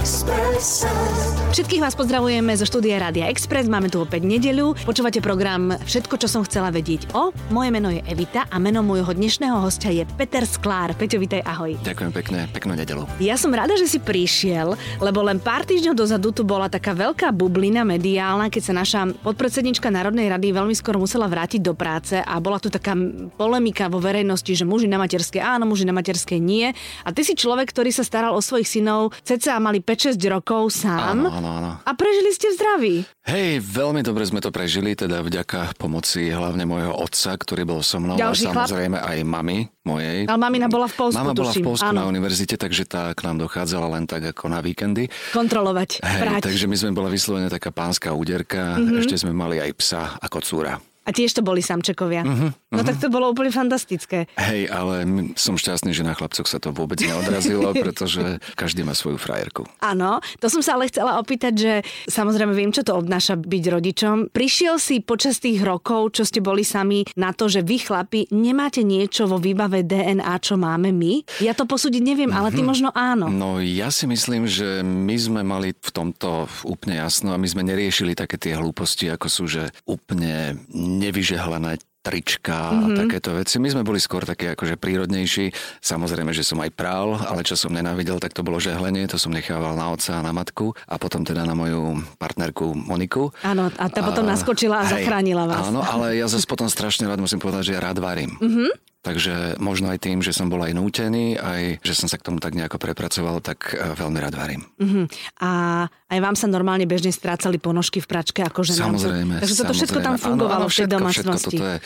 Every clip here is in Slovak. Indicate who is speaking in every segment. Speaker 1: Espresso.
Speaker 2: Všetkých vás pozdravujeme zo štúdia Rádia Express, máme tu opäť nedeľu, počúvate program Všetko, čo som chcela vedieť o. Moje meno je Evita a meno môjho dnešného hostia je Peter Sklár. Peťo, vitaj, ahoj.
Speaker 3: Ďakujem pekne, peknú nedelu.
Speaker 2: Ja som rada, že si prišiel, lebo len pár týždňov dozadu tu bola taká veľká bublina mediálna, keď sa naša podpredsednička Národnej rady veľmi skoro musela vrátiť do práce a bola tu taká polemika vo verejnosti, že muži na materskej áno, muži na materskej nie. A ty si človek, ktorý sa staral o svojich synov, ceca mali 5-6 rokov sám.
Speaker 3: Áno, áno, áno.
Speaker 2: A prežili ste v zdraví.
Speaker 3: Hej, veľmi dobre sme to prežili, teda vďaka pomoci hlavne môjho otca, ktorý bol so mnou
Speaker 2: Ďalší
Speaker 3: a samozrejme aj mami mojej.
Speaker 2: Ale mamina bola v Polsku,
Speaker 3: Mama bola v
Speaker 2: tuším,
Speaker 3: Polsku
Speaker 2: áno.
Speaker 3: na univerzite, takže tá k nám dochádzala len tak ako na víkendy.
Speaker 2: Kontrolovať,
Speaker 3: Hej,
Speaker 2: brať. Mhm.
Speaker 3: takže my sme bola vyslovene taká pánska úderka, mm-hmm. ešte sme mali aj psa ako cúra.
Speaker 2: A tiež to boli samčekovia.
Speaker 3: Mhm,
Speaker 2: Uh-huh, uh-huh. No tak to bolo úplne fantastické.
Speaker 3: Hej, ale m- som šťastný, že na chlapcoch sa to vôbec neodrazilo, pretože každý má svoju frajerku.
Speaker 2: Áno, to som sa ale chcela opýtať, že samozrejme viem, čo to obnáša byť rodičom. Prišiel si počas tých rokov, čo ste boli sami, na to, že vy chlapi nemáte niečo vo výbave DNA, čo máme my? Ja to posúdiť neviem, ale ty možno áno.
Speaker 3: No ja si myslím, že my sme mali v tomto úplne jasno a my sme neriešili také tie hlúposti, ako sú, že úplne nevyžehlené trička mm-hmm. a takéto veci. My sme boli skôr takí akože prírodnejší. Samozrejme, že som aj prál, ale čo som nenávidel, tak to bolo žehlenie. To som nechával na otca a na matku a potom teda na moju partnerku Moniku.
Speaker 2: Áno, a tá potom naskočila a zachránila vás.
Speaker 3: Áno, ale ja zase potom strašne rád musím povedať, že ja rád varím.
Speaker 2: Mhm.
Speaker 3: Mm-hmm. Takže možno aj tým, že som bol aj nútený, aj že som sa k tomu tak nejako prepracoval, tak e, veľmi rád varím.
Speaker 2: Mhm. A aj vám sa normálne bežne strácali ponožky v pračke ako ženám.
Speaker 3: Samozrejme.
Speaker 2: Takže toto všetko tam
Speaker 3: samozrejme.
Speaker 2: fungovalo
Speaker 3: áno, áno,
Speaker 2: v tej
Speaker 3: všetko,
Speaker 2: domácnosti.
Speaker 3: Všetko, toto je,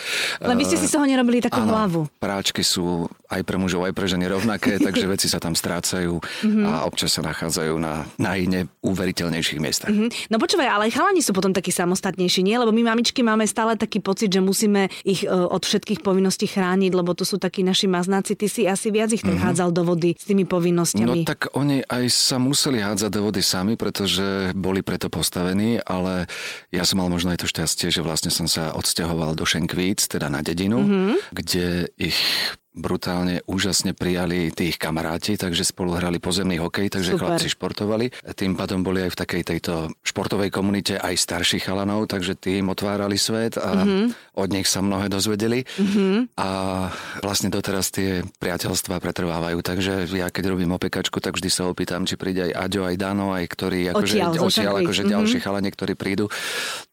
Speaker 2: Len vy ste si
Speaker 3: e,
Speaker 2: z toho nerobili takú
Speaker 3: áno,
Speaker 2: hlavu.
Speaker 3: Práčky sú aj pre mužov, aj pre ženy rovnaké, takže veci sa tam strácajú
Speaker 2: Mhm.
Speaker 3: a občas sa nachádzajú na, na iné uveriteľnejších miestach.
Speaker 2: Mhm. No počúvaj, ale aj chalani sú potom takí samostatnejší, nie? Lebo my mamičky máme stále taký pocit, že musíme ich e, od všetkých povinností chrániť, lebo to sú takí naši maznáci. Ty si asi viac ich tak hádzal do vody s tými
Speaker 3: Mhm. No
Speaker 2: povinnosťami.
Speaker 3: tak oni aj sa museli hádzať do vody sami, pretože boli preto postavení, ale ja som mal možno aj to šťastie, že vlastne som sa odsťahoval do Šenkvíc, teda na dedinu, mm-hmm. kde ich brutálne, úžasne prijali tých kamaráti, takže spolu hrali pozemný hokej, takže
Speaker 2: Super.
Speaker 3: Super. chlapci športovali. Tým pádom boli aj v takej tejto športovej komunite aj starších chalanov, takže tým otvárali svet a
Speaker 2: Mhm.
Speaker 3: mm-hmm. od nich sa mnohé dozvedeli. Mm-hmm. A vlastne doteraz tie priateľstvá pretrvávajú, takže ja keď robím opekačku, tak vždy sa opýtam, či príde aj Aďo, aj Dano, aj ktorí akože,
Speaker 2: Odtiaľ, Mhm. zo
Speaker 3: odtiaľ,
Speaker 2: Šankvíc.
Speaker 3: akože ďalší chalani, ktorí prídu.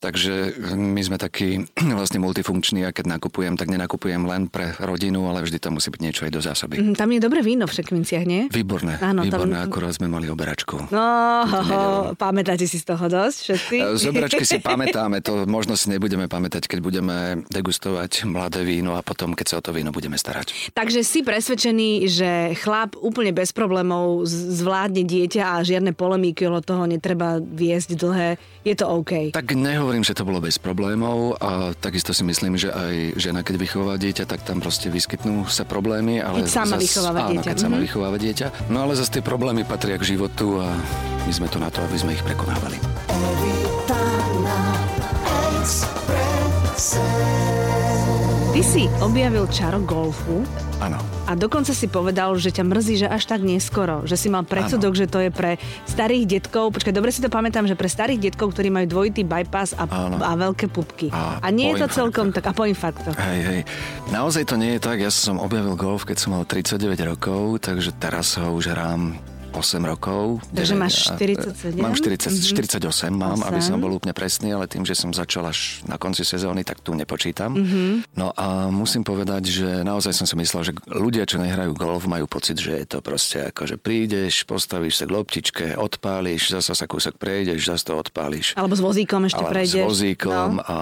Speaker 3: Takže my sme takí vlastne multifunkční a keď nakupujem, tak nenakupujem len pre rodinu, ale vždy tam musí byť niečo aj do zásoby.
Speaker 2: Mhm, Tam je dobré víno v Šekvinciach, nie?
Speaker 3: Výborné,
Speaker 2: Áno, tam-
Speaker 3: výborné, akurát sme mali oberačku.
Speaker 2: No, ho, ho,
Speaker 3: nedelu.
Speaker 2: pamätáte si z toho dosť všetci?
Speaker 3: E, Zobračky si pamätáme, to možno si nebudeme pamätať, keď budeme degustovať mladé víno a potom, keď sa o to víno budeme starať.
Speaker 2: Takže si presvedčený, že chlap úplne bez problémov z- zvládne dieťa a žiadne polemíky okolo toho netreba viesť dlhé. Je to OK.
Speaker 3: Tak nehovorím, že to bolo bez problémov a takisto si myslím, že aj žena, keď vychová dieťa, tak tam proste vyskytnú sa problémy. Ale
Speaker 2: Keď sama
Speaker 3: zas-
Speaker 2: vychováva
Speaker 3: áno,
Speaker 2: dieťa. Mhm.
Speaker 3: Keď sama vychováva dieťa. No ale zase tie problémy patria k životu a my sme tu na to, aby sme ich prekonávali.
Speaker 1: Evita na Espresso.
Speaker 2: Ty si objavil čaro golfu
Speaker 3: Áno.
Speaker 2: a dokonca si povedal, že ťa mrzí, že až tak neskoro. Že si mal predsudok, že to je pre starých detkov. Počkaj, dobre si to pamätám, že pre starých detkov, ktorí majú dvojitý bypass a,
Speaker 3: Áno.
Speaker 2: a veľké pupky.
Speaker 3: A
Speaker 2: a nie je
Speaker 3: po
Speaker 2: to celkom tak. A po infarktoch.
Speaker 3: Hej, hej. Naozaj to nie je tak. Ja som objavil golf, keď som mal 39 rokov, takže teraz ho už hrám 8 rokov.
Speaker 2: Takže
Speaker 3: Deväť
Speaker 2: máš
Speaker 3: a-
Speaker 2: 47?
Speaker 3: Mám 40, mm-hmm. 48, mám, aby
Speaker 2: Osem.
Speaker 3: som bol úplne presný, ale tým, že som začal až na konci sezóny, tak tu nepočítam.
Speaker 2: Mhm.
Speaker 3: Mm-hmm. No a musím povedať, že naozaj som si myslel, že ľudia, čo nehrajú golf, majú pocit, že je to proste ako, že prídeš, postavíš sa k loptičke, odpáliš, zasa sa kúsok prejdeš, zase to odpáliš.
Speaker 2: Alebo s vozíkom ešte
Speaker 3: Ale s
Speaker 2: prejdeš. No. Mhm.
Speaker 3: vozíkom a,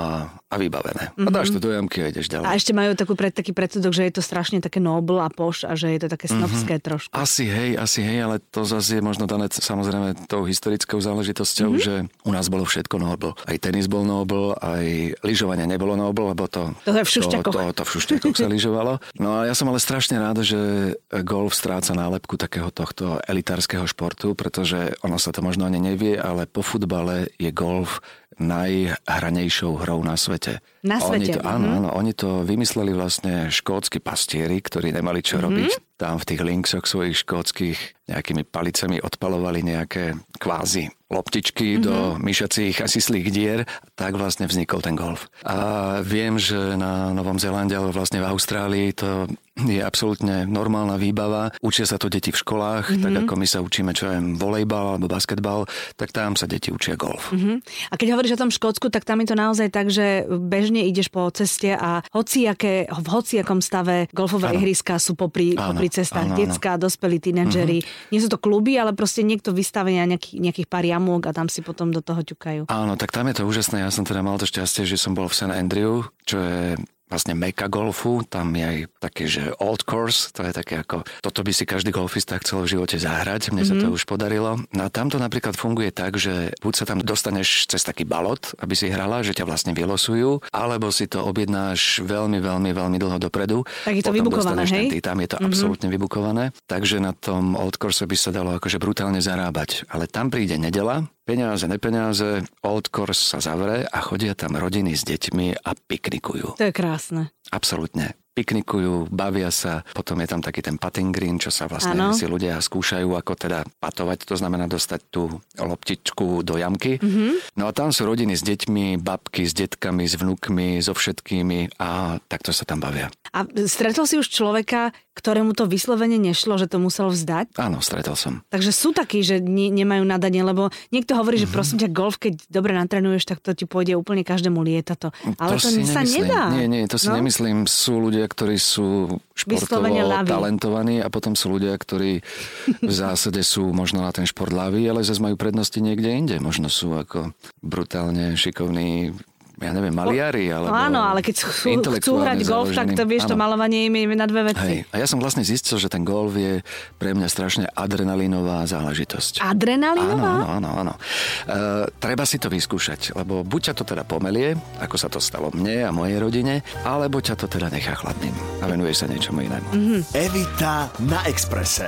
Speaker 3: a vybavené. Mm-hmm. A dáš to do jamky a ideš
Speaker 2: A
Speaker 3: ďalej.
Speaker 2: ešte majú takú pred, taký predsudok, že je to strašne také nobl a poš a že je to také
Speaker 3: Mhm.
Speaker 2: snobské trošku.
Speaker 3: Asi hej, asi hej, ale to zase je možno dané c- samozrejme tou historickou záležitosťou,
Speaker 2: Mhm.
Speaker 3: mm-hmm. že u nás bolo všetko noble. Aj tenis bol noble, aj lyžovanie nebolo noble, lebo to...
Speaker 2: To je v Šušťakoch.
Speaker 3: To, to, to v Šušťakoch sa lyžovalo. No a ja som ale strašne rád, že golf stráca nálepku takého tohto elitárskeho športu, pretože ono sa to možno ani nevie, ale po futbale je golf najhranejšou hrou na svete.
Speaker 2: Na
Speaker 3: Oni
Speaker 2: svete, Mhm. Mhm.
Speaker 3: to, áno, áno, oni to vymysleli vlastne škótsky pastieri, ktorí nemali čo robiť, tam v tých linksoch svojich škótskych nejakými palicami odpalovali nejaké kvázi loptičky mm-hmm. do
Speaker 2: Mhm.
Speaker 3: myšacích a sislých dier, tak vlastne vznikol ten golf. A viem, že na Novom Zélande, alebo vlastne v Austrálii to je absolútne normálna výbava. Učia sa to deti v školách, mm-hmm. tak
Speaker 2: Mhm.
Speaker 3: ako my sa učíme, čo je volejbal alebo basketbal, tak tam sa deti učia golf. Mm-hmm.
Speaker 2: Mhm. A keď hovoríš o tom Škótsku, tak tam je to naozaj tak, že bežne ideš po ceste a hociaké, v hociakom stave golfové
Speaker 3: Áno.
Speaker 2: ihriska sú popri,
Speaker 3: Áno,
Speaker 2: popri cestách.
Speaker 3: áno, Mhm. áno.
Speaker 2: Detská, dospelí, tínedžeri. Nie sú to kluby, ale proste niekto vystavenia nejaký, nejakých pár jamôk a tam si potom do toho ťukajú.
Speaker 3: Áno, tak tam je to úžasné. Ja som teda mal to šťastie, že som bol v St. Andrew, čo je vlastne meka golfu, tam je aj také, že old course, to je také ako, toto by si každý golfista chcel v živote zahrať, mne mm-hmm. sa to už podarilo. No a tam to napríklad funguje tak, že buď sa tam dostaneš cez taký balot, aby si hrala, že ťa vlastne vylosujú, alebo si to objednáš veľmi, veľmi, veľmi dlho dopredu.
Speaker 2: Tak je to
Speaker 3: Potom
Speaker 2: vybukované,
Speaker 3: dostaneš ten
Speaker 2: hej? Mhm.
Speaker 3: tý- tam je to mm-hmm. absolútne vybukované, takže na tom Old Course by sa dalo akože brutálne zarábať. Ale tam príde nedela, peniaze, nepeniaze, Old Course sa zavre a chodia tam rodiny s deťmi a piknikujú.
Speaker 2: To je krásne.
Speaker 3: Absolútne. Piknikujú, bavia sa, potom je tam taký ten putting green, čo sa vlastne
Speaker 2: Áno.
Speaker 3: ano. si ľudia skúšajú, ako teda patovať, to znamená dostať tú loptičku do jamky.
Speaker 2: Mhm.
Speaker 3: Mm-hmm. No a tam sú rodiny s deťmi, babky s detkami, s vnukmi, so všetkými a takto sa tam bavia.
Speaker 2: A stretol si už človeka, ktorému to vyslovene nešlo, že to musel vzdať?
Speaker 3: Áno, stretol som.
Speaker 2: Takže sú takí, že ni- nemajú nadanie, lebo niekto hovorí,
Speaker 3: Mhm.
Speaker 2: že prosím ťa, golf, keď dobre natrenuješ, tak to ti pôjde úplne každému lieta to. Ale to,
Speaker 3: Mm, si
Speaker 2: sa
Speaker 3: nemyslím.
Speaker 2: nedá.
Speaker 3: Nie, nie, to si
Speaker 2: No.
Speaker 3: no? nemyslím. Sú ľudia, ktorí sú športovo
Speaker 2: Vyslovene laví.
Speaker 3: talentovaní a potom sú ľudia, ktorí v zásade sú možno na ten šport laví, ale zase majú prednosti niekde inde. Možno sú ako brutálne šikovní ja neviem, maliari,
Speaker 2: No
Speaker 3: alebo
Speaker 2: áno, ale keď chcú, chcú
Speaker 3: intelektuálne
Speaker 2: hrať golf, tak to
Speaker 3: založení.
Speaker 2: vieš, to
Speaker 3: Áno.
Speaker 2: malovanie im je na dve veci.
Speaker 3: Hej. A ja som vlastne zistil, že ten golf je pre mňa strašne adrenalinová záležitosť. Áno,
Speaker 2: Adrenalinová?
Speaker 3: áno, áno. áno. E, treba si to vyskúšať, lebo buď ťa to teda pomelie, ako sa to stalo mne a mojej rodine, alebo ťa to teda nechá chladným a venuješ sa niečomu inému. Mm-hmm.
Speaker 4: Evita na Exprese.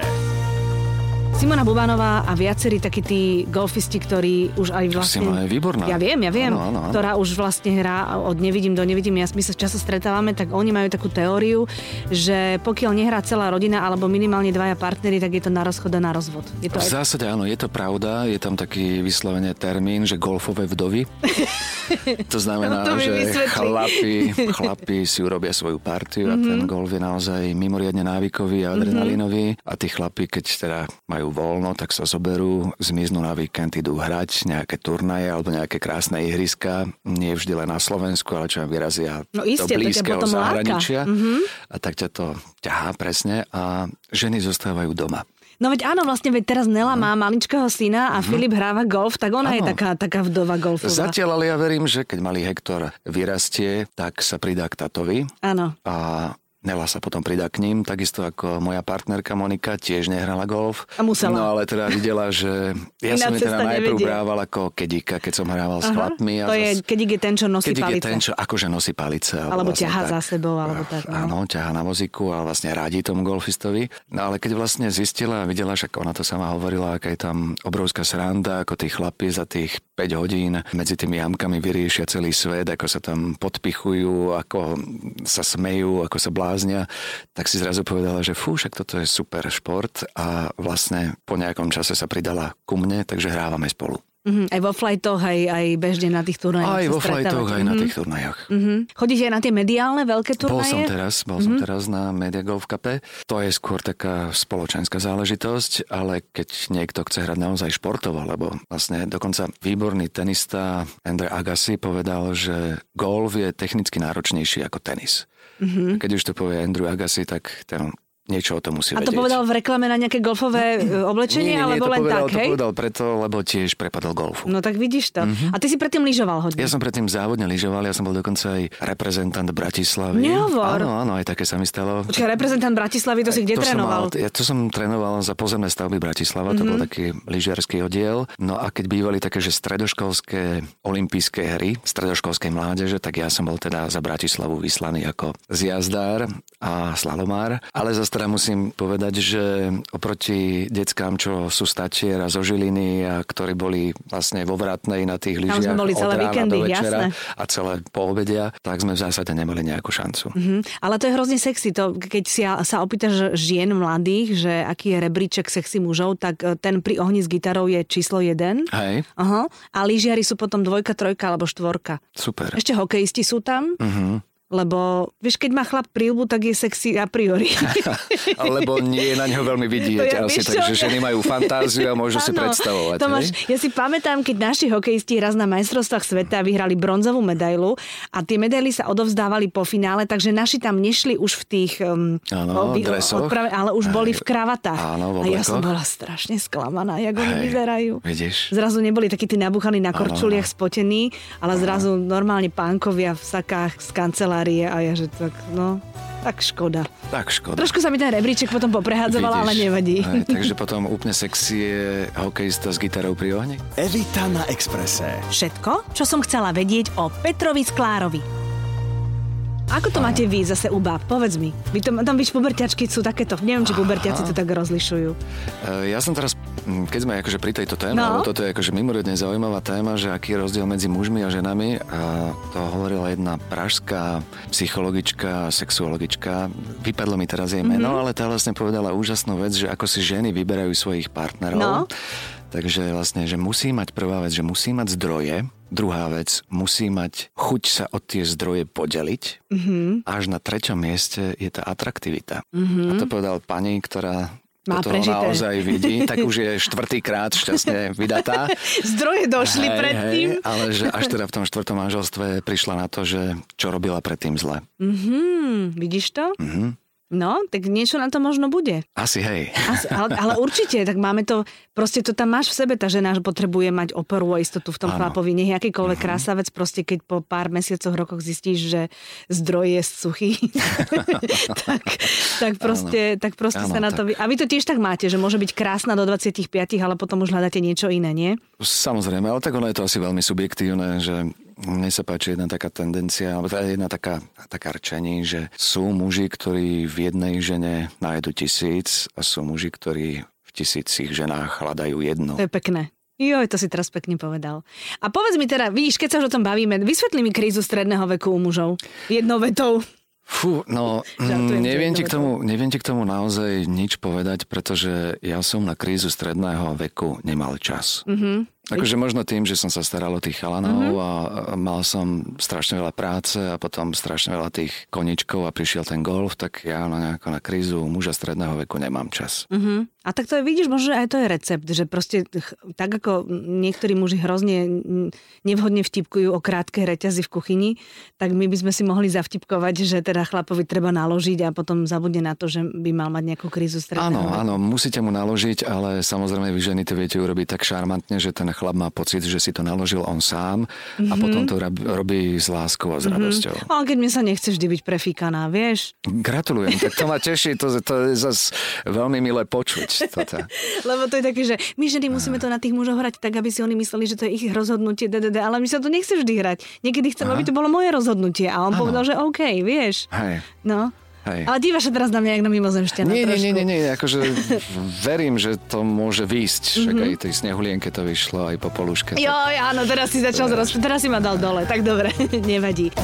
Speaker 2: Simona Bubanová a viacerí takí tí golfisti, ktorí už aj vlastne...
Speaker 3: Simona je výborná.
Speaker 2: Ja viem, ja viem,
Speaker 3: Áno, áno, áno.
Speaker 2: ktorá už vlastne hrá od nevidím do nevidím. Ja, my sa často stretávame, tak oni majú takú teóriu, že pokiaľ nehrá celá rodina alebo minimálne dvaja partnery, tak je to na rozchod a na rozvod. Je to
Speaker 3: V zásade áno, je to pravda, je tam taký vyslovene termín, že golfové vdovy. To znamená,
Speaker 2: No to mi
Speaker 3: že
Speaker 2: vysvetli.
Speaker 3: chlapi, chlapi si urobia svoju partiu a
Speaker 2: Mhm.
Speaker 3: ten golf je naozaj mimoriadne návykový a adrenalinový a tí chlapi, keď teda majú voľno, tak sa zoberú, zmiznú na víkend, idú hrať nejaké turnaje alebo nejaké krásne ihriska, nie vždy len na Slovensku, ale čo aj vyrazia
Speaker 2: No isté, to ťa
Speaker 3: do blízkeho
Speaker 2: potom láka. Mhm.
Speaker 3: zahraničia a tak ťa to ťahá presne a ženy zostávajú doma.
Speaker 2: No veď áno, vlastne veď teraz Nela má maličkého syna a Filip hráva golf, tak ona je
Speaker 3: Mhm. Áno.
Speaker 2: taká, taká vdova golfová.
Speaker 3: Zatiaľ ale ja verím, že keď malý Hektor vyrastie, tak sa pridá k tatovi
Speaker 2: Áno.
Speaker 3: a Nela sa potom pridá k ním, takisto ako moja partnerka Monika tiež nehrala golf.
Speaker 2: A musela.
Speaker 3: No ale teda videla, že ja
Speaker 2: Iná
Speaker 3: som ju teda
Speaker 2: cesta
Speaker 3: najprv
Speaker 2: nevedie.
Speaker 3: hrával ako kedíka, keď som hrával s
Speaker 2: Aha.
Speaker 3: chlapmi.
Speaker 2: to je,
Speaker 3: zas-
Speaker 2: keď je ten, čo nosí
Speaker 3: keď je
Speaker 2: palice.
Speaker 3: ten, čo akože nosí palice.
Speaker 2: Alebo
Speaker 3: vlastne
Speaker 2: ťahá
Speaker 3: tak,
Speaker 2: za sebou, alebo
Speaker 3: eh,
Speaker 2: tak, no.
Speaker 3: Áno, ťahá na voziku a vlastne radí tomu golfistovi. No ale keď vlastne zistila a videla, však ona to sama hovorila, aká je tam obrovská sranda, ako tí chlapi za tých 5 hodín medzi tými jamkami vyriešia celý svet, ako sa tam podpichujú, ako sa smejú, ako sa bláznia, tak si zrazu povedala, že fú, však toto je super šport a vlastne po nejakom čase sa pridala ku mne, takže hrávame spolu.
Speaker 2: Mhm, aj vo flajtoch, aj, aj bežne na tých turnajoch.
Speaker 3: Aj
Speaker 2: No, sa
Speaker 3: vo flajtoch, aj
Speaker 2: stretávate.
Speaker 3: na
Speaker 2: Mhm.
Speaker 3: tých turnajoch.
Speaker 2: Mhm. Chodíte aj na tie mediálne veľké turnaje?
Speaker 3: Bol som teda teraz, bol
Speaker 2: Mhm.
Speaker 3: som teraz na Media Golf Cupe. To je skôr taká spoločenská záležitosť, ale keď niekto chce hrať naozaj športovo, lebo vlastne dokonca výborný tenista Andre Agassi povedal, že golf je technicky náročnejší ako tenis.
Speaker 2: Mhm.
Speaker 3: Mm-hmm. Keď už to povie Andrew Agassi, tak ten niečo o tom musí
Speaker 2: A to
Speaker 3: vedieť. No,
Speaker 2: povedal v reklame na nejaké golfové e, oblečenie,
Speaker 3: nie, nie, nie,
Speaker 2: alebo
Speaker 3: to
Speaker 2: len
Speaker 3: povedal,
Speaker 2: tak,
Speaker 3: to
Speaker 2: hej?
Speaker 3: povedal Mhm. preto, lebo tiež prepadol golfu.
Speaker 2: No tak vidíš to. A ty si predtým lyžoval hodne.
Speaker 3: Ja som predtým závodne lyžoval, ja som bol dokonca aj reprezentant Bratislavy.
Speaker 2: Nehovor.
Speaker 3: Áno, áno, aj také sa mi stalo.
Speaker 2: Počkaj, reprezentant Bratislavy, to si kde
Speaker 3: to
Speaker 2: trénoval?
Speaker 3: Som mal, ja to som trénoval za pozemné stavby Bratislava,
Speaker 2: Mhm.
Speaker 3: to bol taký lyžiarský oddiel. No a keď bývali také, že stredoškolské olympijské hry, stredoškolskej mládeže, tak ja som bol teda za Bratislavu vyslaný ako zjazdár a slalomár, ale zase teda musím povedať, že oproti deckám, čo sú statier a zo Žiliny, a ktorí boli vlastne vo Vratnej na tých
Speaker 2: Tam
Speaker 3: lyžiach
Speaker 2: sme boli
Speaker 3: od
Speaker 2: celé
Speaker 3: rána
Speaker 2: víkendy,
Speaker 3: do večera
Speaker 2: jasné.
Speaker 3: a celé poobedia, tak sme v zásade nemali nejakú šancu.
Speaker 2: Mhm. Ale to je hrozne sexy, to, keď si a- sa opýtaš žien mladých, že aký je rebríček sexy mužov, tak e, ten pri ohni s gitarou je číslo jeden.
Speaker 3: Hej,
Speaker 2: Aha. A lyžiari sú potom dvojka, trojka alebo štvorka.
Speaker 3: super.
Speaker 2: Ešte hokejisti sú tam,
Speaker 3: Mhm.
Speaker 2: lebo vieš, keď má chlap prílbu, tak je sexy a priori.
Speaker 3: Lebo nie je na ňo veľmi vidieť
Speaker 2: To ja
Speaker 3: asi,
Speaker 2: vieš
Speaker 3: takže
Speaker 2: čo?
Speaker 3: ženy majú fantáziu a môžu si
Speaker 2: Áno,
Speaker 3: predstavovať.
Speaker 2: To máš,
Speaker 3: hej?
Speaker 2: ja si pamätám, keď naši hokejisti raz na majstrovstvách sveta vyhrali bronzovú medailu a tie medaily sa odovzdávali po finále, takže naši tam nešli už v tých um,
Speaker 3: Áno, dresoch.
Speaker 2: ale už boli v kravatách.
Speaker 3: Áno,
Speaker 2: a
Speaker 3: v
Speaker 2: ja
Speaker 3: oblekoch.
Speaker 2: som bola strašne sklamaná, jak oni
Speaker 3: Hej,
Speaker 2: vyzerajú.
Speaker 3: vidíš?
Speaker 2: Zrazu neboli takí tí nabuchaní na korčuliach spotení, ale zrazu normálne pánkovia v sakách z kancelárie a ja že tak, no, tak škoda.
Speaker 3: Tak škoda.
Speaker 2: Trošku sa mi ten rebríček potom poprehádzoval, ale
Speaker 3: Vidíš?
Speaker 2: nevadí.
Speaker 3: Hej, takže potom úplne sexy je hokejista s gitarou pri ohni?
Speaker 4: Evita na Exprese.
Speaker 2: Všetko, čo som chcela vedieť o Petrovi Sklárovi. Ako to máte vy zase u báb? Povedz mi. Vy to, tam víš, puberťačky sú takéto. Neviem, či puberťaci to tak rozlišujú.
Speaker 3: E, Ja som teraz, mm, keď sme akože pri tejto téme,
Speaker 2: No.
Speaker 3: no. lebo toto je akože mimoriadne zaujímavá téma, že aký je rozdiel medzi mužmi a ženami, a to hovorila jedna pražská psychologička, sexuologička, vypadlo mi teraz jej meno, mm-hmm. ale tá vlastne povedala úžasnú vec, že ako si ženy vyberajú svojich partnerov.
Speaker 2: No.
Speaker 3: Takže vlastne, že musí mať prvá vec, že musí mať zdroje, druhá vec, musí mať chuť sa o tie zdroje podeliť, až na treťom mieste je tá atraktivita. Mm-hmm. A to povedal pani, ktorá
Speaker 2: Má
Speaker 3: toto
Speaker 2: prežité.
Speaker 3: naozaj vidí, tak už je štvrtýkrát šťastne vydatá.
Speaker 2: Zdroje došli
Speaker 3: Hej,
Speaker 2: predtým.
Speaker 3: Hej, ale že až teda v tom štvrtom manželstve prišla na to, že čo robila predtým zle.
Speaker 2: Mhm, vidíš to?
Speaker 3: Mhm.
Speaker 2: No, tak niečo na to možno bude.
Speaker 3: Asi hej.
Speaker 2: Asi, ale, ale určite, tak máme to, proste to tam máš v sebe, tá žena že potrebuje mať oporu a istotu v tom
Speaker 3: Áno. Mhm.
Speaker 2: chlapovi. Nech je akýkoľvek krásavec, proste keď po pár mesiacoch, rokoch zistíš, že zdroj je suchý, tak, tak proste, tak proste
Speaker 3: Áno,
Speaker 2: sa na to... Vy... A vy to tiež tak máte, že môže byť krásna do 25, ale potom už hľadáte niečo iné, nie?
Speaker 3: Samozrejme, ale tak ono je to asi veľmi subjektívne, že mne sa páči jedna taká tendencia, alebo teda jedna taká, taká rčení, že sú muži, ktorí v jednej žene nájdu tisíc a sú muži, ktorí v tisícich ženách hľadajú jednu.
Speaker 2: To je pekné. Joj, to si teraz pekne povedal. A povedz mi teda, vidíš, keď sa už o tom bavíme, vysvetli mi krízu stredného veku u mužov. Jednou vetou.
Speaker 3: Fú, no
Speaker 2: Žartujem,
Speaker 3: mm, neviem
Speaker 2: že je
Speaker 3: ti,
Speaker 2: to
Speaker 3: k tomu, neviem ti k tomu naozaj nič povedať, pretože ja som na krízu stredného veku nemal čas.
Speaker 2: Mhm.
Speaker 3: Mm-hmm. Akože možno tým, že som sa staral o tých chalanov mm-hmm. a a mal som strašne veľa práce a potom strašne veľa tých koničkov a prišiel ten golf, tak ja na nejako na krízu muža stredného veku nemám čas.
Speaker 2: Uh-huh. A tak to je, vidíš, možno aj to je recept, že proste ch- tak ako niektorí muži hrozne mm, nevhodne vtipkujú o krátkej reťazi v kuchyni, tak my by sme si mohli zavtipkovať, že teda chlapovi treba naložiť a potom zabudne na to, že by mal mať nejakú krízu stredného.
Speaker 3: Áno, áno, musíte mu naložiť, ale samozrejme vy ženy to viete urobiť tak šarmantne, že ten chlap má pocit, že si to naložil on sám mm-hmm. a
Speaker 2: Mhm.
Speaker 3: potom to rab- robí s láskou a s radosťou.
Speaker 2: Ale keď mne sa nechce vždy byť prefíkaná, vieš?
Speaker 3: Gratulujem, tak to ma teší, to, to je zase veľmi milé počuť. Toto.
Speaker 2: Lebo to je také, že my ženy musíme to na tých mužov hrať tak, aby si oni mysleli, že to je ich rozhodnutie, DDD, ale mi sa to nechce vždy hrať. Niekedy chcem, aby to bolo moje rozhodnutie a on
Speaker 3: Áno.
Speaker 2: povedal, že OK, vieš.
Speaker 3: Hej.
Speaker 2: No.
Speaker 3: Hej.
Speaker 2: Ale dívaš sa teraz na mňa jak na mimozemšťana
Speaker 3: Nie, nie,
Speaker 2: trošku.
Speaker 3: nie, nie, nie, akože verím, že to môže výjsť, však aj tej snehulienke to vyšlo, aj po poluške. tak-
Speaker 2: Joj, áno, teraz si začal zrozprávať, teraz si ma dal dole, tak dobre, nevadí.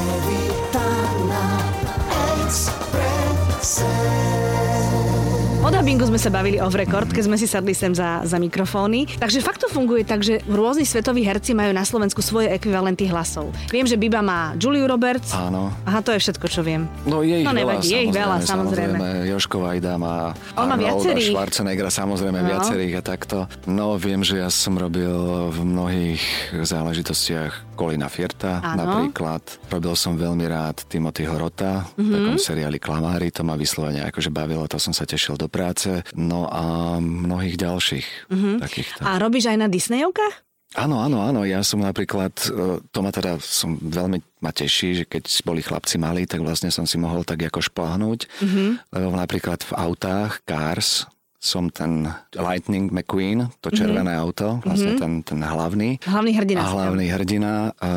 Speaker 2: O dubbingu sme sa bavili off record, keď sme si sadli sem za, za mikrofóny. Takže fakt to funguje tak, že rôzni svetoví herci majú na Slovensku svoje ekvivalenty hlasov. Viem, že Biba má Juliu Roberts.
Speaker 3: Áno.
Speaker 2: Aha, to je všetko, čo viem.
Speaker 3: No je ich
Speaker 2: No, nevadí,
Speaker 3: veľa,
Speaker 2: je ich veľa, samozrejme.
Speaker 3: samozrejme. Joško Vajda má
Speaker 2: On má
Speaker 3: Arnolda
Speaker 2: viacerých.
Speaker 3: Schwarzeneggera, samozrejme
Speaker 2: No.
Speaker 3: viacerých a takto. No viem, že ja som robil v mnohých záležitostiach Kolina Fierta
Speaker 2: Áno.
Speaker 3: napríklad. Robil som veľmi rád Timothyho Rota
Speaker 2: Mhm.
Speaker 3: v takom seriáli Klamári, to ma vyslovene akože bavilo, to som sa tešil do práce. No a mnohých ďalších
Speaker 2: Mhm.
Speaker 3: takýchto.
Speaker 2: A robíš aj na Disneyovkách?
Speaker 3: Áno, áno, áno. Ja som napríklad, e, to ma teda som veľmi ma teší, že keď boli chlapci malí,
Speaker 2: Mhm.
Speaker 3: tak vlastne som si mohol tak ako šplhnúť. Mm-hmm. Lebo napríklad v autách Cars som ten Lightning McQueen, to červené mm-hmm. auto, vlastne mm-hmm. ten, ten hlavný.
Speaker 2: Hlavný Mhm. hrdina.
Speaker 3: A hlavný hrdina. A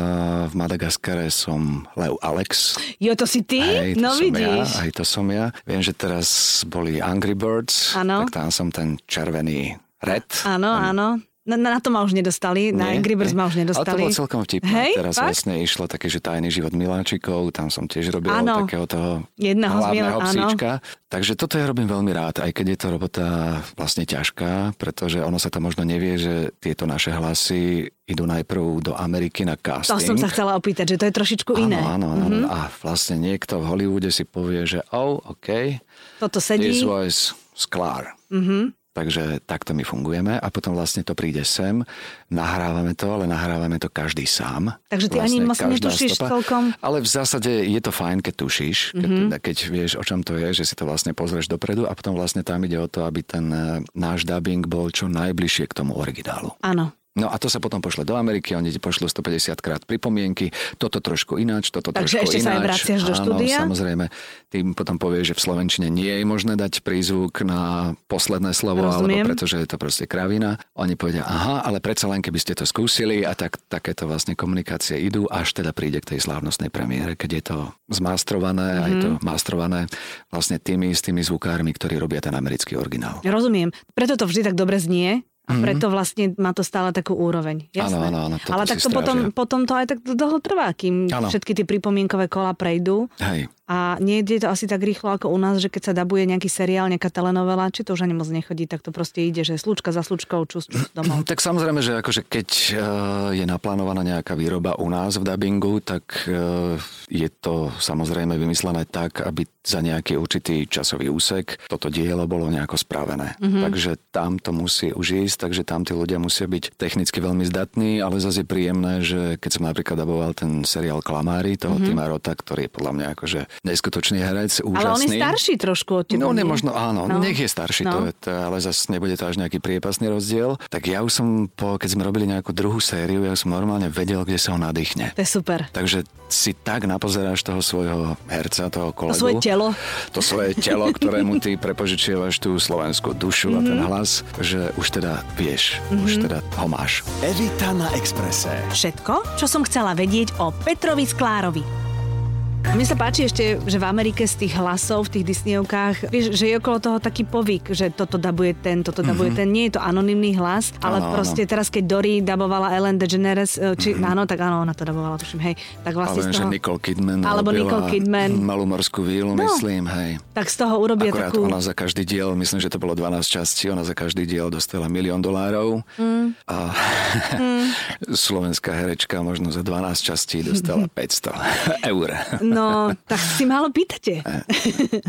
Speaker 3: v Madagaskare som Leu Alex.
Speaker 2: Jo, to si ty?
Speaker 3: Hej, to
Speaker 2: no
Speaker 3: som
Speaker 2: vidíš.
Speaker 3: Ja, aj to som ja. Viem, že teraz boli Angry Birds,
Speaker 2: Áno.
Speaker 3: tak tam som ten červený Red.
Speaker 2: Áno, áno. Na, na to ma už nedostali, na
Speaker 3: Nie,
Speaker 2: Angry Birds
Speaker 3: nie.
Speaker 2: ma už nedostali.
Speaker 3: Ale to bolo celkom vtipné.
Speaker 2: Hej,
Speaker 3: Teraz
Speaker 2: fakt?
Speaker 3: vlastne išlo také, že tajný život miláčikov, tam som tiež robil
Speaker 2: Áno.
Speaker 3: takého toho
Speaker 2: Jedného z mil-
Speaker 3: hlavného
Speaker 2: áno.
Speaker 3: psíčka. Takže toto ja robím veľmi rád, aj keď je to robota vlastne ťažká, pretože ono sa to možno nevie, že tieto naše hlasy idú najprv do Ameriky na
Speaker 2: To
Speaker 3: casting.
Speaker 2: som sa Mhm. chcela opýtať, že to je trošičku
Speaker 3: Áno,
Speaker 2: iné.
Speaker 3: áno, áno. Mm-hmm. A vlastne niekto v Hollywoode si povie, že oh, OK,
Speaker 2: Toto sedí. Mhm.
Speaker 3: This was sklár. Mm-hmm. Takže takto my fungujeme a potom vlastne to príde sem, nahrávame to, ale nahrávame to každý sám. Vlastne
Speaker 2: Takže ty ani moc
Speaker 3: každá
Speaker 2: netušíš celkom? Mhm.
Speaker 3: Ale v zásade je to fajn, keď tušíš, mm-hmm. keď, keď vieš, o čom to je, že si to vlastne pozrieš dopredu a potom vlastne tam ide o to, aby ten eh, náš dubbing bol čo najbližšie k tomu originálu.
Speaker 2: Áno.
Speaker 3: No a to sa potom pošle do Ameriky, oni ti pošlú 150 krát pripomienky, toto trošku ináč, toto
Speaker 2: Takže
Speaker 3: trošku
Speaker 2: ešte
Speaker 3: ináč.
Speaker 2: sa aj vraciaš do
Speaker 3: Áno,
Speaker 2: štúdia?
Speaker 3: samozrejme. Tým potom povie, že v Slovenčine nie je možné dať prízvuk na posledné slovo,
Speaker 2: Rozumiem.
Speaker 3: alebo pretože je to proste kravina. Oni povedia, aha, ale predsa len keby ste to skúsili a tak, takéto vlastne komunikácie idú, až teda príde k tej slávnostnej premiére, keď je to zmástrované, mm. aj
Speaker 2: Mhm.
Speaker 3: to mastrované vlastne tými istými zvukármi, ktorí robia ten americký originál.
Speaker 2: Rozumiem. Preto to vždy tak dobre znie a preto vlastne má to stále takú úroveň. Jasné.
Speaker 3: Mhm. áno, áno, toto
Speaker 2: Ale
Speaker 3: si
Speaker 2: tak to potom,
Speaker 3: strážia.
Speaker 2: potom to aj tak dlho trvá, kým
Speaker 3: Áno.
Speaker 2: všetky tie pripomienkové kola prejdú.
Speaker 3: Hej.
Speaker 2: A nejde to asi tak rýchlo ako u nás, že keď sa dabuje nejaký seriál, nejaká telenovela, či to už ani moc nechodí, tak to proste ide, že slučka za slučkou, čus, čus domov.
Speaker 3: Mhm, Tak samozrejme, že akože keď eh, je naplánovaná nejaká výroba u nás v dubbingu, tak eh, je to samozrejme vymyslené tak, aby za nejaký určitý časový úsek toto dielo bolo nejako spravené.
Speaker 2: Mhm.
Speaker 3: Takže tam to musí už ísť, takže tam tí ľudia musia byť technicky veľmi zdatní, ale zase je príjemné, že keď som napríklad daboval ten seriál Klamári, toho Tima Rota, ktorý je podľa mňa akože neskutočný herec, úžasný.
Speaker 2: Mhm. Ale on je starší trošku od teba.
Speaker 3: No, on je
Speaker 2: nie?
Speaker 3: možno, áno,
Speaker 2: No.
Speaker 3: no. nech je
Speaker 2: No.
Speaker 3: starší, no. to, je, to, ale zase nebude to až nejaký priepasný rozdiel. Tak ja už som, po, keď sme robili nejakú druhú sériu, ja už som normálne vedel, kde sa on nadýchne.
Speaker 2: To je super.
Speaker 3: Takže si tak napozeráš toho svojho herca, toho kolegu.
Speaker 2: svoje telo.
Speaker 3: To svoje telo, ktorému ty prepožičiavaš tú slovenskú dušu mm-hmm. a
Speaker 2: Mhm.
Speaker 3: ten hlas, že už teda vieš, mm-hmm. už teda ho máš.
Speaker 4: Evita na Exprese.
Speaker 2: Všetko, čo som chcela vedieť o Petrovi Sklárovi. Mne sa páči ešte, že v Amerike z tých hlasov, v tých Disneyovkách, vieš, že je okolo toho taký povyk, že toto dabuje ten, toto dabuje ten. Nie je to anonymný hlas, ale
Speaker 3: Mhm. Áno, áno.
Speaker 2: proste teraz, keď Dory dabovala Ellen DeGeneres, e, či áno, tak áno, ona to dabovala, tuším, hej, tak
Speaker 3: Ale
Speaker 2: vlastne
Speaker 3: viem,
Speaker 2: z
Speaker 3: že
Speaker 2: toho...
Speaker 3: Nicole Kidman
Speaker 2: Alebo
Speaker 3: robila
Speaker 2: Nicole Kidman.
Speaker 3: malú morskú vílu,
Speaker 2: No.
Speaker 3: no. myslím, hej.
Speaker 2: Tak z toho urobia
Speaker 3: Akurát
Speaker 2: takú...
Speaker 3: ona za každý diel, myslím, že to bolo 12 častí, ona za každý diel dostala milión dolárov mm. a mm. slovenská herečka možno za 12 častí dostala 500 eur.
Speaker 2: No, tak si málo pýtate.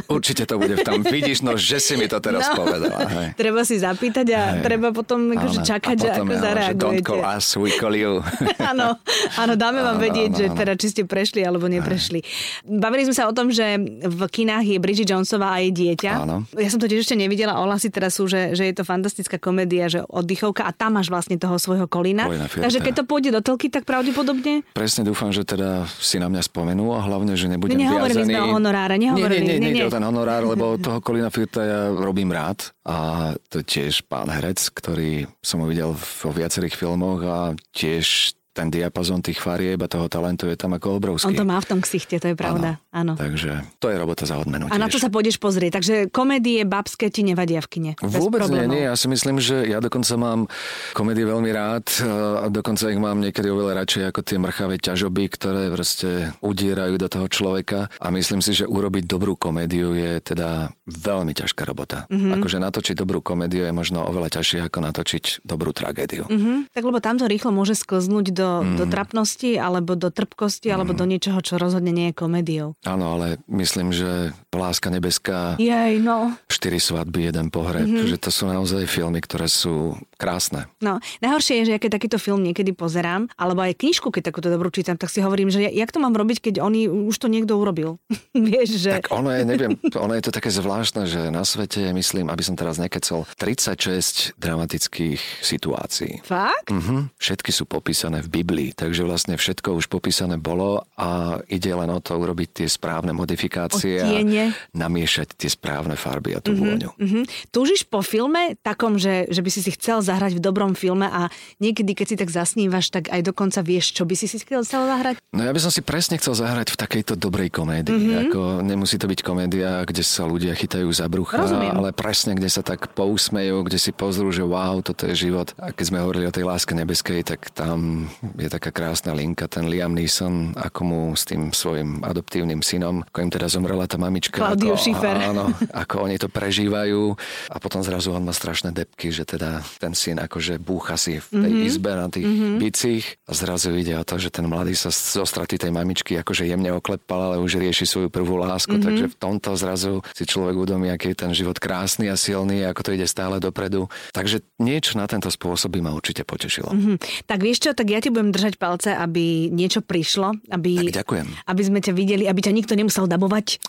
Speaker 3: Určite to bude v tom. Vidíš, no, že si mi to E, teraz
Speaker 2: No.
Speaker 3: povedala. Hej.
Speaker 2: Treba si zapýtať a
Speaker 3: Hej.
Speaker 2: treba potom akože
Speaker 3: Áno.
Speaker 2: čakať,
Speaker 3: a
Speaker 2: že
Speaker 3: potom
Speaker 2: ako
Speaker 3: je, áno,
Speaker 2: zareagujete.
Speaker 3: Že don't call us, we call you.
Speaker 2: Áno, áno, dáme vám
Speaker 3: Áno,
Speaker 2: vedieť,
Speaker 3: áno,
Speaker 2: že
Speaker 3: áno.
Speaker 2: teda či ste prešli alebo neprešli. Bavili sme sa o tom, že v kinách je Bridget Jonesová a jej dieťa.
Speaker 3: Áno.
Speaker 2: Ja som to tiež ešte nevidela, ohlasy teraz sú, že, že je to fantastická komédia, že oddychovka a tam máš vlastne toho svojho kolína.
Speaker 3: Colina Firtha.
Speaker 2: Takže keď to pôjde do telky, tak pravdepodobne
Speaker 3: Presne dúfam, že teda si na mňa spomenú a hlavne, že nebudem
Speaker 2: Ne, nehovor mi
Speaker 3: viazaný.
Speaker 2: znovu honorára, nehovor mi,
Speaker 3: nie, nie,
Speaker 2: nie,
Speaker 3: nie, nie,
Speaker 2: nie.
Speaker 3: nie, ten honorár, lebo toho Kolina Firta ja robím rád a to je tiež pán herec, ktorý som ho videl vo viacerých filmoch a tiež ten diapazon tých farieb a toho talentu je tam ako obrovský.
Speaker 2: on to má v tom ksichte, to je pravda. Áno.
Speaker 3: Takže to je robota za odmenu
Speaker 2: A na to
Speaker 3: tiež.
Speaker 2: sa pôjdeš pozrieť. Takže komédie babské ti nevadia v kine. Bez
Speaker 3: Vôbec nie,
Speaker 2: problémov.
Speaker 3: nie. Ja si myslím, že ja dokonca mám komédie veľmi rád e, a dokonca ich mám niekedy oveľa radšej ako tie mrchavé ťažoby, ktoré proste udierajú do toho človeka a myslím si, že urobiť dobrú komédiu je teda veľmi ťažká robota. Mm-hmm.
Speaker 2: Mhm.
Speaker 3: Akože natočiť dobrú komédiu je možno oveľa ťažšie ako natočiť dobrú tragédiu. Mm-hmm.
Speaker 2: Mhm, tak lebo tamto rýchlo môže sklznúť do, do
Speaker 3: Mhm.
Speaker 2: trapnosti, alebo do trpkosti, alebo do niečoho, čo rozhodne nie je komédiou.
Speaker 3: Áno, ale myslím, že Láska nebeská
Speaker 2: Jej, no. Mhm.
Speaker 3: štyri svadby, jeden pohreb. Mm-hmm. Že to sú naozaj filmy, ktoré sú Krásne.
Speaker 2: No, najhoršie je, že ja keď takýto film niekedy pozerám, alebo aj knižku, keď takúto dobrú čítam, tak si hovorím, že ja- jak to mám robiť, keď oni už to niekto urobil. Vieš, že...
Speaker 3: Tak ono je, neviem, ono je to také zvláštne, že na svete je, myslím, aby som teraz nekecol, 36 dramatických situácií.
Speaker 2: Fakt?
Speaker 3: Mhm. Všetky sú popísané v Biblii, takže vlastne všetko už popísané bolo a ide len o to urobiť tie správne modifikácie
Speaker 2: Odtiene.
Speaker 3: a namiešať tie správne farby a tú vôňu.
Speaker 2: Mhm. Túžiš po filme takom, že, že by si si chcel zahrať v dobrom filme a niekedy, keď si tak zasnívaš, tak aj dokonca vieš, čo by si si chcel zahrať?
Speaker 3: No ja by som si presne chcel zahrať v takejto dobrej komédii. Mm-hmm. Ako, nemusí to byť komédia, kde sa ľudia chytajú za brucha,
Speaker 2: Rozumiem.
Speaker 3: ale presne, kde sa tak pousmejú, kde si pozrú, že wow, toto je život. A keď sme hovorili o tej láske nebeskej, tak tam je taká krásna linka, ten Liam Neeson, ako mu s tým svojim adoptívnym synom, ako im teda zomrela tá mamička.
Speaker 2: Claudio
Speaker 3: ako,
Speaker 2: Schiffer.
Speaker 3: Áno, ako oni to prežívajú a potom zrazu on má strašné depky, že teda ten syn akože búcha si v
Speaker 2: Mhm.
Speaker 3: tej mm-hmm. izbe na tých mm-hmm. bicích a zrazu ide o to, že ten mladý sa z- zo straty tej mamičky akože jemne oklepal, ale už rieši svoju prvú lásku,
Speaker 2: Mhm.
Speaker 3: mm-hmm. takže v tomto zrazu si človek uvedomí, aký je ten život krásny a silný, ako to ide stále dopredu. Takže niečo na tento spôsob by ma určite potešilo. Mm-hmm.
Speaker 2: Hm. Tak vieš čo, tak ja ti budem držať palce, aby niečo prišlo, aby...
Speaker 3: Tak ďakujem.
Speaker 2: Aby sme ťa videli, aby ťa nikto nemusel dabovať.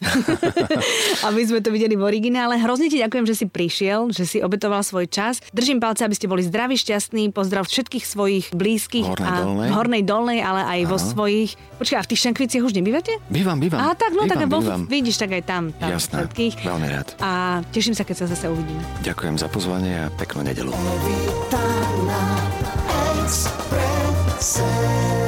Speaker 2: aby sme to videli v originále. Hrozne ti ďakujem, že si prišiel, že si obetoval svoj čas. Držím palce, aby ste boli zdraví, šťastní. Pozdrav všetkých svojich blízkych.
Speaker 3: Hornej,
Speaker 2: a
Speaker 3: dolnej.
Speaker 2: v hornej dolnej, ale aj vo svojich... Počkaj, a v tých šankviciach už nebývate?
Speaker 3: Bývam, bývam.
Speaker 2: Á, tak, no
Speaker 3: bývam,
Speaker 2: tak aj vo,
Speaker 3: bývam.
Speaker 2: vidíš, tak aj tam. tam
Speaker 3: Jasné,
Speaker 2: všetkých.
Speaker 3: veľmi rád.
Speaker 2: A teším sa, keď sa zase uvidíme.
Speaker 3: Ďakujem za pozvanie a peknú nedelu.
Speaker 1: Evita na exprese.